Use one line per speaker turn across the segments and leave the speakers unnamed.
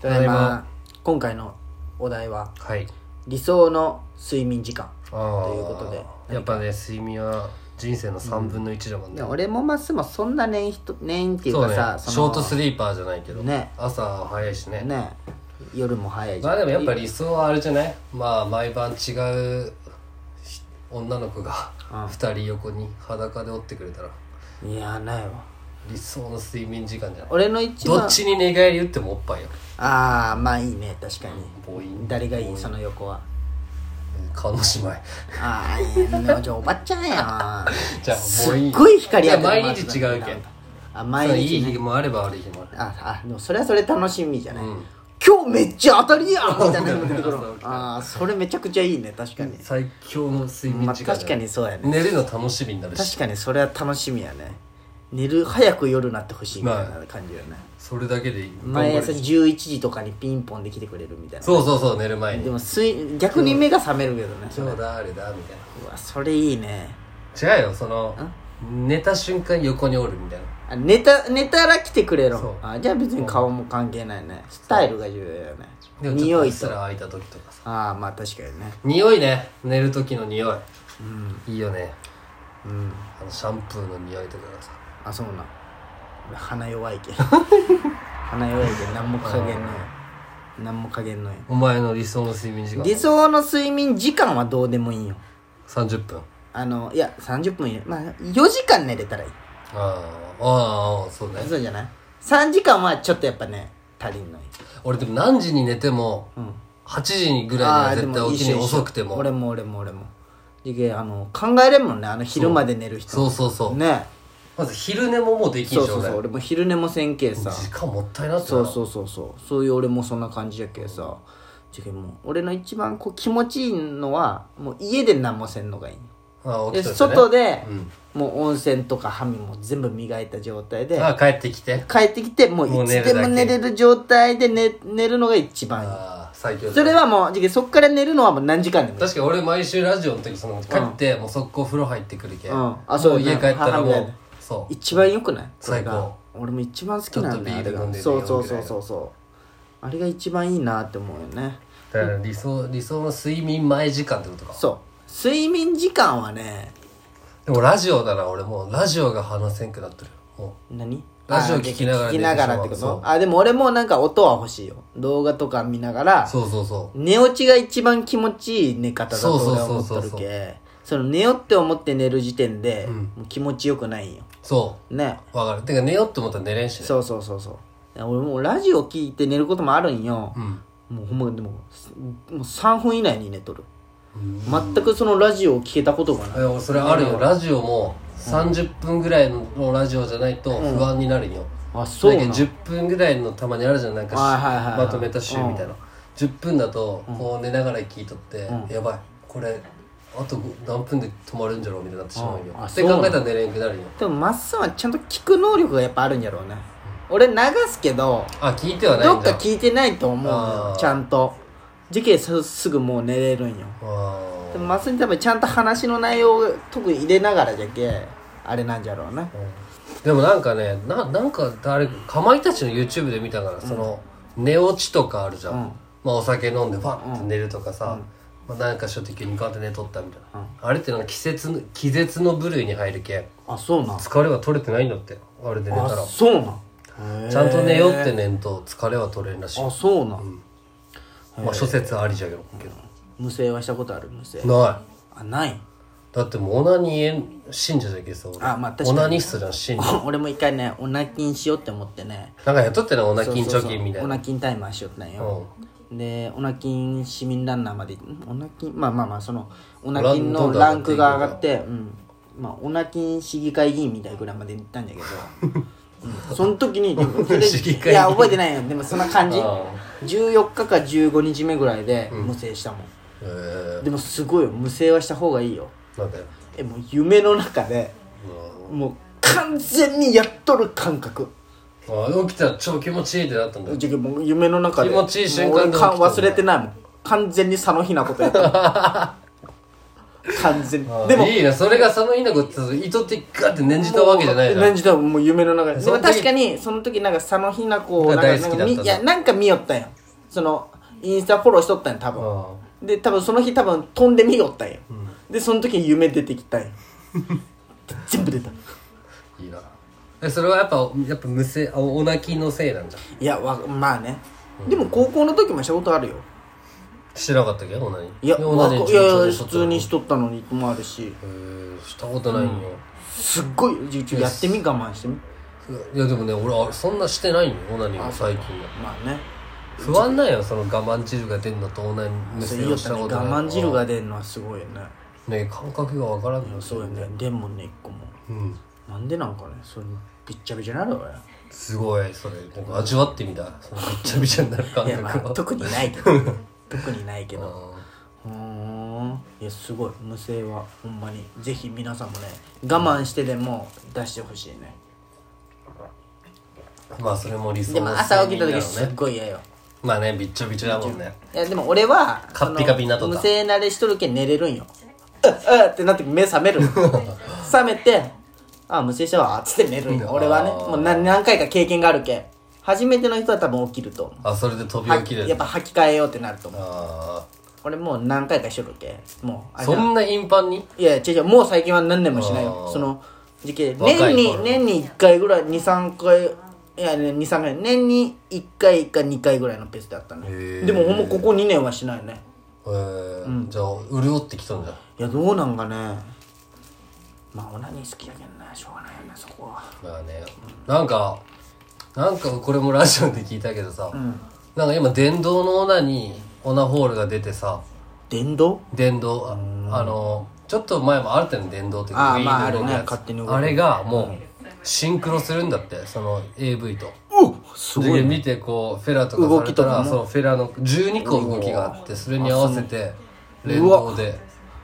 ただい
ただい
ま
ま
今回のお題は
はい
理想の睡眠時間
あー
ということで
やっぱね睡眠は人生の3分の1だもん
い
ね、
や俺もマスもそんな年ひと年っていう
そう
か
ね
さ
ショートス
リ
リーパーじゃないけど
ね
朝早いしね
ね夜も早いじゃ
ま
ん
あでもやっぱ理想はあれじゃないまあ毎晩違うひ女の子が
うん
2人横に裸でおってくれたら
いやないわ
理想の睡眠時間じゃない
俺の一番
どっちに寝返り打ってもおっぱいよ
ああまあいいね確かに
ボイン
誰がいいその横は
顔の姉 妹
ああいやじゃあおばちゃ んやん
じゃあ
す
ボイン
っごい光当てる
いや毎日違うけん
あ
そ
毎
う
日
いい
ね
日もあれば悪い日もある
ああでもそれはそれ楽しみじゃない、
うん
今日めっちゃ当たりや んみたいなのが出てくる
朝起き
ああそれめちゃくちゃいいね確かに、
最強の睡
ま
眠
あ、
時間
確
じゃ
か
ない
にそうやね
寝るの楽しみになるし
確かにそれは楽しみやね寝る早く夜になってほしいみたいな感じよね、
それだけでいい
毎朝11時とかにピンポンで来てくれるみたいな
そうそうそう寝る前
で
に
も睡逆に目が覚めるけどね、
今日誰だみたいう
わそれいいね
な違うよその寝た瞬間横におるみたいな
あ寝た寝たら来てくれ
そう
ろあじゃあ別に顔も関係ないねスタイルが重要よね
でもちょっ
匂
と
い
うっす
と
ら開いた時とかさ
ああまあ確かにね
匂いね寝る時の匂い、いいよね、あのシャンプーの匂いとかがさ
あそうなん俺鼻弱いけ ん鼻弱いけん何も加減ない何も加減ない
お前の理想の睡眠時間
理想の睡眠時間はどうでもいいよ
30分
あのいや30分いるまあ4時間寝れたらいい
あーあーそうね
そうじゃない3時間はちょっとやっぱね足りんのよ
俺でも何時に寝ても、8時ぐらいには絶対起きに
一緒一緒
遅くても
俺も俺も俺もいけあの考えれんもんねあの昼まで寝る人
そうそうそう、
ね
まず昼寝ももうできん
そう
しょ
そうう
が
そう俺も昼寝もせんけいさ
時間もったいなってな
そうそうそうそうそういう俺もそんな感じやけさじゃけもう俺の一番こう気持ちいいのはもう家で何もせんのがいい
ああ
で
起きといてね
外で、
うん
もう温泉とか歯みも全部磨いた状態で
ああ帰ってきて
帰ってきてもう
もう
い
寝
つ
るだけ
でも寝れる状態で寝寝るのが一番いい
ああ最強だ
それはもうじゃけそっから寝るのはもう何時間でもいい
確かに俺毎週ラジオの時その帰って、もう速攻風呂入ってくるけ、
うん
も
あそうね
家帰ったらも
母みたいうな
そう
一番良くないこれ
最
が
高
俺も一番好きなんだよ
ちょっとビール
あれが
飲んで寝よ
そううそうそ
みた
うそ
いな
うそうあれが一番いいなって思うよね
だから理想理想の睡眠前時間ってことか
そう睡眠時間はね
でもラジオだな俺もうラジオが話せんくなってるも
何
ラジオ聞きなが
あ
ら
聞きながらってこ
そう
とあでも俺もなんか音は欲しいよ動画とか見なが
う
ら
そうそうそう
寝落ちが一番気持ちいい寝方だと
そう
俺
そ
は
うそう
思っ
そ
と
う
るけその寝よって思って寝る時点で、
ん
もう気持ちよくないんよ
そ
ね
うわかるてか寝ようって思ったら寝れんしね
そうそうそうそう俺もうラジオ聞いて寝ることもあるんよ
う、ん
もうほんまでもすもう3分以内に寝とる全くそのラジオを聞けたことがない
え俺それあるよラジオも30分ぐらいのラジオじゃないと不安になるんよ、
あそう
だ
な
けど
の
10分ぐらいのたまにあるじゃんなんかし
はいはいはいはい
まとめた週みたいな、10分だとこう寝ながら聞いとって、やばいこれあと何分で止まるんじゃろうみたいになってしまうんよ
ああ
って
そうな
考
の
えたら寝れんくなるんよ
でもまっすんはちゃんと聞く能力がやっぱあるんやろうね俺流すけど
あ聞いてはない
ど
ん
っ
だ
か聞いてないと思うの
あ
よ
ー
ちゃんと時期すすぐもう寝れるんよ
あ
でもまっすん多分ちゃんと話の内容を特に入れながらじゃけあれなんじゃろうね
ーでもなんかねななんか誰かかまいたちの YouTube で見たからその、寝落ちとかあるじゃん、
うん
まあ、お酒飲んでバッて寝るとかさ、まあ、なんかしょって急にガンって寝とったみたいな、あれってなんか季節の季節の部類に入るけん
あそうなん
疲れは取れてないんだってあれで寝た
あ
ら
そうなん
ちゃんと寝ようって
ね
寝んと疲れは取れんらしい
あそうなん、
まあ諸説ありじゃけど
無声はしたことある無声
ない
あない
だってもうオナニー信者じゃけさ俺
あまあ確か
オ
に
ナニストじゃん信者
俺も一回ねオナキンしようって思ってね
なんかやっとってなオナ
そう
キン
そう
貯
そう
金みたい
オ
な
ナキンタイマーしよったんよ、でオナキン市民ランナーまでんオナキンまあまあまあそのオナキン
ランど
の
んどん上がっていく
ランクが上がってうんまあオナキン市議会議員みたいなぐらいまで行ったんだけど、うん、その時にでもそれ
市議会議員
いや覚えてないよでもそんな感じ
あ
14日か15日目ぐらいで無声したもん、
へえ
でもすごいよ無声はした方がいいよ
なんだよ
えもう夢の中でもう完全にやっとる感覚
あ起きたら超気持ちいいってなったんだよ
じゃもう夢の中で
気持ちいい瞬間で起きた
も う俺か忘れてないもん完全に佐野日なことやったもん完全に
あー
でも
いいなそれがその稲子って意図的かって念じたわけじゃないじゃん
何時だもう夢の中でで
そ
も
の時
確かにその時なんか佐野ひな子をなんか
が大好きだったん
なん
だ
か見いやなんか見よったんよそのインスタフォローしとったんよ多分
あ
で多分その日多分飛んで見よったんよ
ーうん
でその時に夢出てきたんよ 全部出た
いいなえそれはやっぱやっぱむせあお泣きのせいなんじゃん
いやわまあねでも高校の時もしたことあるよ
してなかったっけオナニー
いや
オナ
わか
ニー
い
順
や
調
いや
しと
普
ったの
通にしとったのにもあるし
えーしたことないんよ、
すっごいちょちょやってみ我慢してみ
いやでもね俺あそんなしてないんよオナニーが最近は
まあね
不安なんよその我慢汁が出んのとオナニー
そ
無
れ
線
言い
を
よっ
したた
ね
ことない
我慢汁が出るのはすごいよね
ね感覚がわからんのよ
そうよねでもね一個も
うん
なんでなんかねそれびっちゃびちゃなるわよ
すごいそれなんか味わってみたそのびっちゃびちゃになる感
いやまあ
覚を
特にないけど 特にないけ
あ
どうーんいやすごい無声はほんまにぜひ皆さんもね我慢してでも出してほしいね
ーまあそれも理想
でも
の
朝起きた時
睡眠
す
だろう
っ
ね
ごい嫌よ
まあねびっちゃびちゃだもんね
いやでも俺は
カッピカピになっ
そ
と
の
った
無声慣れしとるけん寝れる んようっうっってなって目覚める 覚めてあ無声したわっつって寝るんよ俺はね
あー
もう何何回か経験があるけん初めての人は多分起きると思う
あそれで飛び
は
起きる
やっぱ履き替えようってなると思う
あ
俺もう何回かしとるけんもう
あ
あれ
そんな頻繁に
いや違う違うもう最近は何年もしないよ
あー
その時期
若い頃
年に年に1回ぐらい23回いやね23回年に1回か2回ぐらいのペースであった
へ
ね
ー
でもほんまここ2年はしないね
えーじゃあ潤ってきたんじゃん
いやどうなんかねまあオナニー好きやけんなしょうがないよねそこは
まあねなんかなんかこれもラジオで聞いたけどさ、なんか今電動のオナにオナホールが出てさ
電動
電動ああのちょっと前もあるっての電動っていう
あー
ウィー
まあ
ド
ある
の
ね
やつ
勝手に動く
あれがもうシンクロするんだってその AV と。
おす
で
ね
見てこうフェラとか
動
され
き
た
とからも
そのフェラの12個動きがあってそれに合わせて連
うわ
動で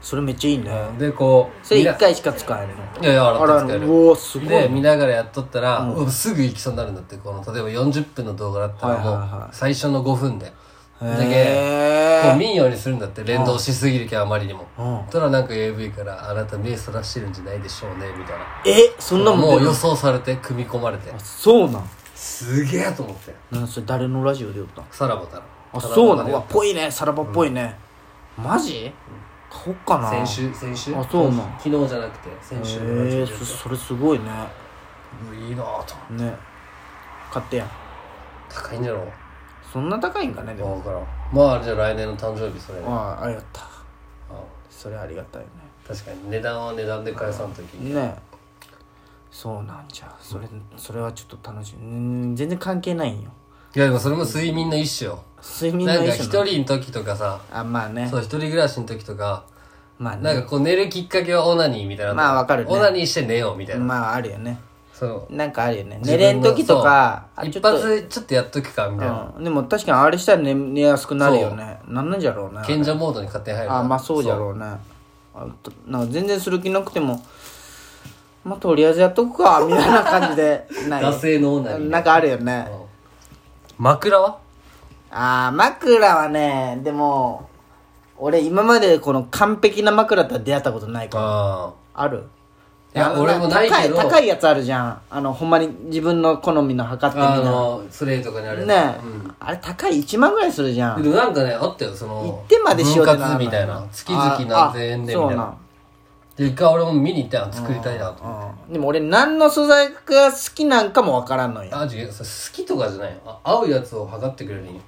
それめっちゃいいね
でこう
それ
みな
1回しか使えるの
いやいや洗って使える
うわすごい
で見ながらやっとったら、うわすぐ行きそうになるんだってこの例えば40分の動画だったら
はいはい
もう最初の5分で、だけもう
へえ
見んようにするんだって連動しすぎるけあまりにも、
うん
そしたらなんか AV から「あなた目そらしてるんじゃないでしょうね」みたいな
えそんなも
も
ん
う
出る
予想されて組み込まれて
そうなん
すげえと思って
なんかそれ誰のラジオで言ったん
さらばだろ
あそうなの
さら
う
ば
わ
だ
っぽいねさらばっぽいね、マジ買おっかな
よ先週先週
あそうなん
昨日じゃなくて先週のラジ
え
オ
ー、
でやっ
そ
た
それすごいね
いいなぁと
ね買ってやん
高いんじゃろう
そんな高いんかねでも
分からんまあじゃあ来年の誕生日それね
ああありがたい
あ
それありがたい
確かに値段は値段で返さんとき
ねねそうなんじゃそれそれはちょっと楽しみうん全然関係ないんよ
いやでもそれも睡眠の一種よ
睡眠
な
の
んか
一
一
種の
人の時とかさ
あまあね
そう一人暮らしの時とか
まあ
な
ね
んかこう寝るきっかけはオナニーみたいな
まあわかるね
オナニーして寝ようみたいな、
まああるよね
その
なんかあるよね
自
寝
分
れ
の
ん時とか
そ
あ
う
ちょ
一
っと
発ちょっとやっとくかみたいな、
うん、でも確かにあれしたら寝寝やすくなるよねなんなんじゃろうね
賢者モードに勝手に入るから
あまあそうじゃろうねあとなんか全然する気なくてもまあとりあえずやっとくかみたいな感じ でない
惰性のオナニー
なんかあるよね
うん枕は
ああ枕はねでも俺今までこの完璧な枕とは出会ったことないから
あ
ある
いや
あの
俺もないけど
高い高いやつあるじゃんあのほんまに自分の好みの測
あ
ってみな
あのスレイとかにあるや
ね
つ
え、あれ高い1万ぐらいするじゃん
うんでもなんかねあったよその
行ってまでしようって
分
なら
割
ない
みたいな月々何千円で
あ
み
あ
たいなで一回俺も見に行ったよ作りたいなと
そう
思っ
な
て
ん、うん、でも俺何の素材が好きなんかもわからんのよ
あ違うそれ好きとかじゃないよあ合うやつを測ってくれるんよ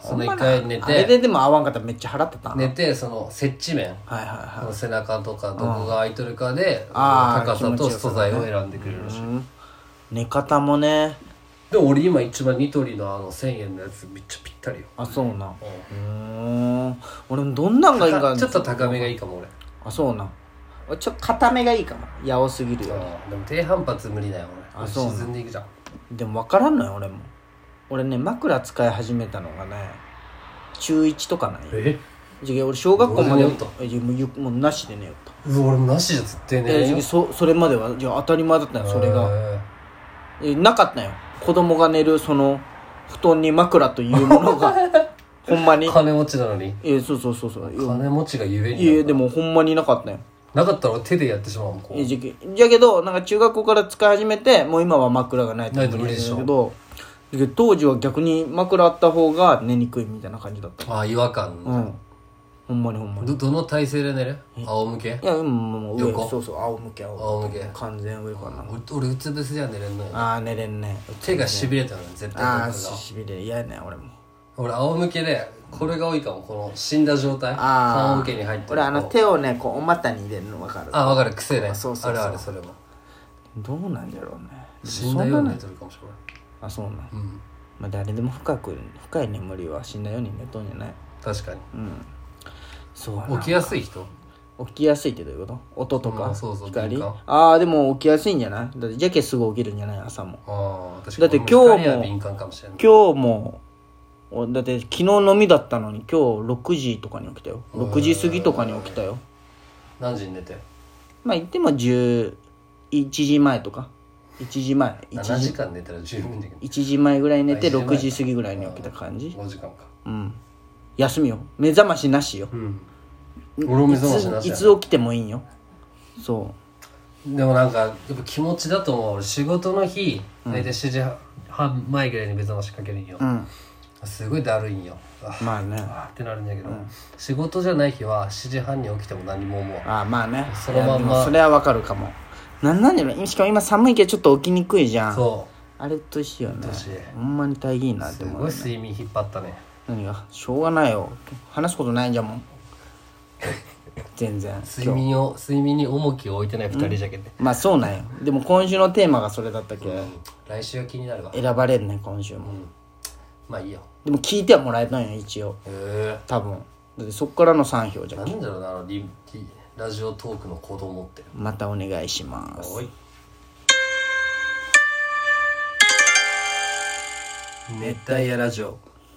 その一
ほんま
回
な
寝
あれで
て
でも合わんかったらめっちゃ払ってたな
寝てその接地面
はいはいは
その背中とかどこが空いとるかで
あー
高さ
気
と
持ちよさ
素
ね
材を選んでくれるらし
い、
い
うん、寝方もね
でも俺今一番ニトリのあの1000円のやつめっちゃぴったりよ
あそうな
う
う
ん
ーん俺もどんなんがいいんか
ちょっと高めがいいかも俺
あそうなん俺ちょっと固めがいいかもやおすぎるよね
うんでも低反発無理だよ俺
あそうなの
沈んでいくじゃん
でもわからんのよ俺も俺ね枕使い始めたのがね中1とかなんよ
え
じゃあ俺小学校まで
どうでもよ
えじゃあもうゆもうなしで寝よった
うわ俺もなしじゃ絶対寝れ
え
んよ
そそれまではじゃあ当たり前だったよそれが
へー
えなかったよ子供が寝るその布団に枕というものがほんまに
金持ちなのに
えそうそうそうそういや
金持ちがゆえに
いやで
も
もほんまになかったよ
なかったら俺手でやってしまうもんこう
えじゃけじゃけどなんか中学校から使い始めてもう今は枕がないと
ないと無理でしょ
けどだけど当時は逆に枕あった方が寝にくいみたいな感じだった
ああ違和感、
うんほんまにほんまに
どどの体勢で寝る仰向け
いやうんもう上
横
そうそう仰向け仰
仰向け
完全上かな
俺俺うつ伏せじゃ寝れんのよ
ああ寝れんね
手がしびれたのよ絶対
ああ
僕が
ししびれ嫌やね俺も
俺仰向けでこれが多いかもこの死んだ状態
ああ
仰向けに入ってる
俺あの手をねこうお股に入れるの分かる
あ分かる癖ね
そうそうそう
あるあるそれも
どうなんじゃろうね
死んだように寝てるかもしれない
あそうなん
うん
まあ誰でも深く深い眠りは死んだように寝とんじゃない
確かに
うんそうやな
起きやすい人
起きやすいってどういうこと音と
ま
か
あそうそう
光
敏感
ああでも起きやすいんじゃないだってジャケすぐ起きるんじゃない朝も
ああ確かに
だって今日も
光は敏感かもしれない
今日もおだって昨日のみだったのに今日6時とかに起きたよ6時過ぎとかに起きたよ
何時に寝て
まあ言っても11時前とか1時前1
7
時
時間寝たら十分できる
1時前ぐらいに寝て
あ1時前
6時過ぎぐらいに起きた感じ
5時間か
うん休みよ目覚ましなしよ
うん俺も目覚ましないし
つい
や
つ起きてもいいんよそ
でもなんかやっぱ気持ちだと思う俺仕事の日大体7時半前ぐらいに目覚ましかけるんよ
ううん
すごいだるいんよあ
まあね
あーってなるんだけど仕事じゃない日は7時半に起きても何も思わん
ああまあね
そのまんま
いやでもそれはわかるかもなんなんだろうしかも今寒いけどちょっと起きにくいじゃん
そ
あれうっとうしいよね
う年
ほんまに大義いいなって
す
思う
ごい睡眠引っ張ったね
何がしょうがないよ話すことないじゃんも ん全然
睡眠を睡眠に重きを置いてない二人じゃけて
まあそうなんよでも今週のテーマがそれだったけ
うん
ど
来週は気になるわ
選ばれんね今週も
まあいいよ
でも聞いてはもらえたんよ一応
へえ
多分だってそっからの3票じゃん
何だろうなあのリリラジオトークの子供って
またお願いします
おい熱帯夜ラジオ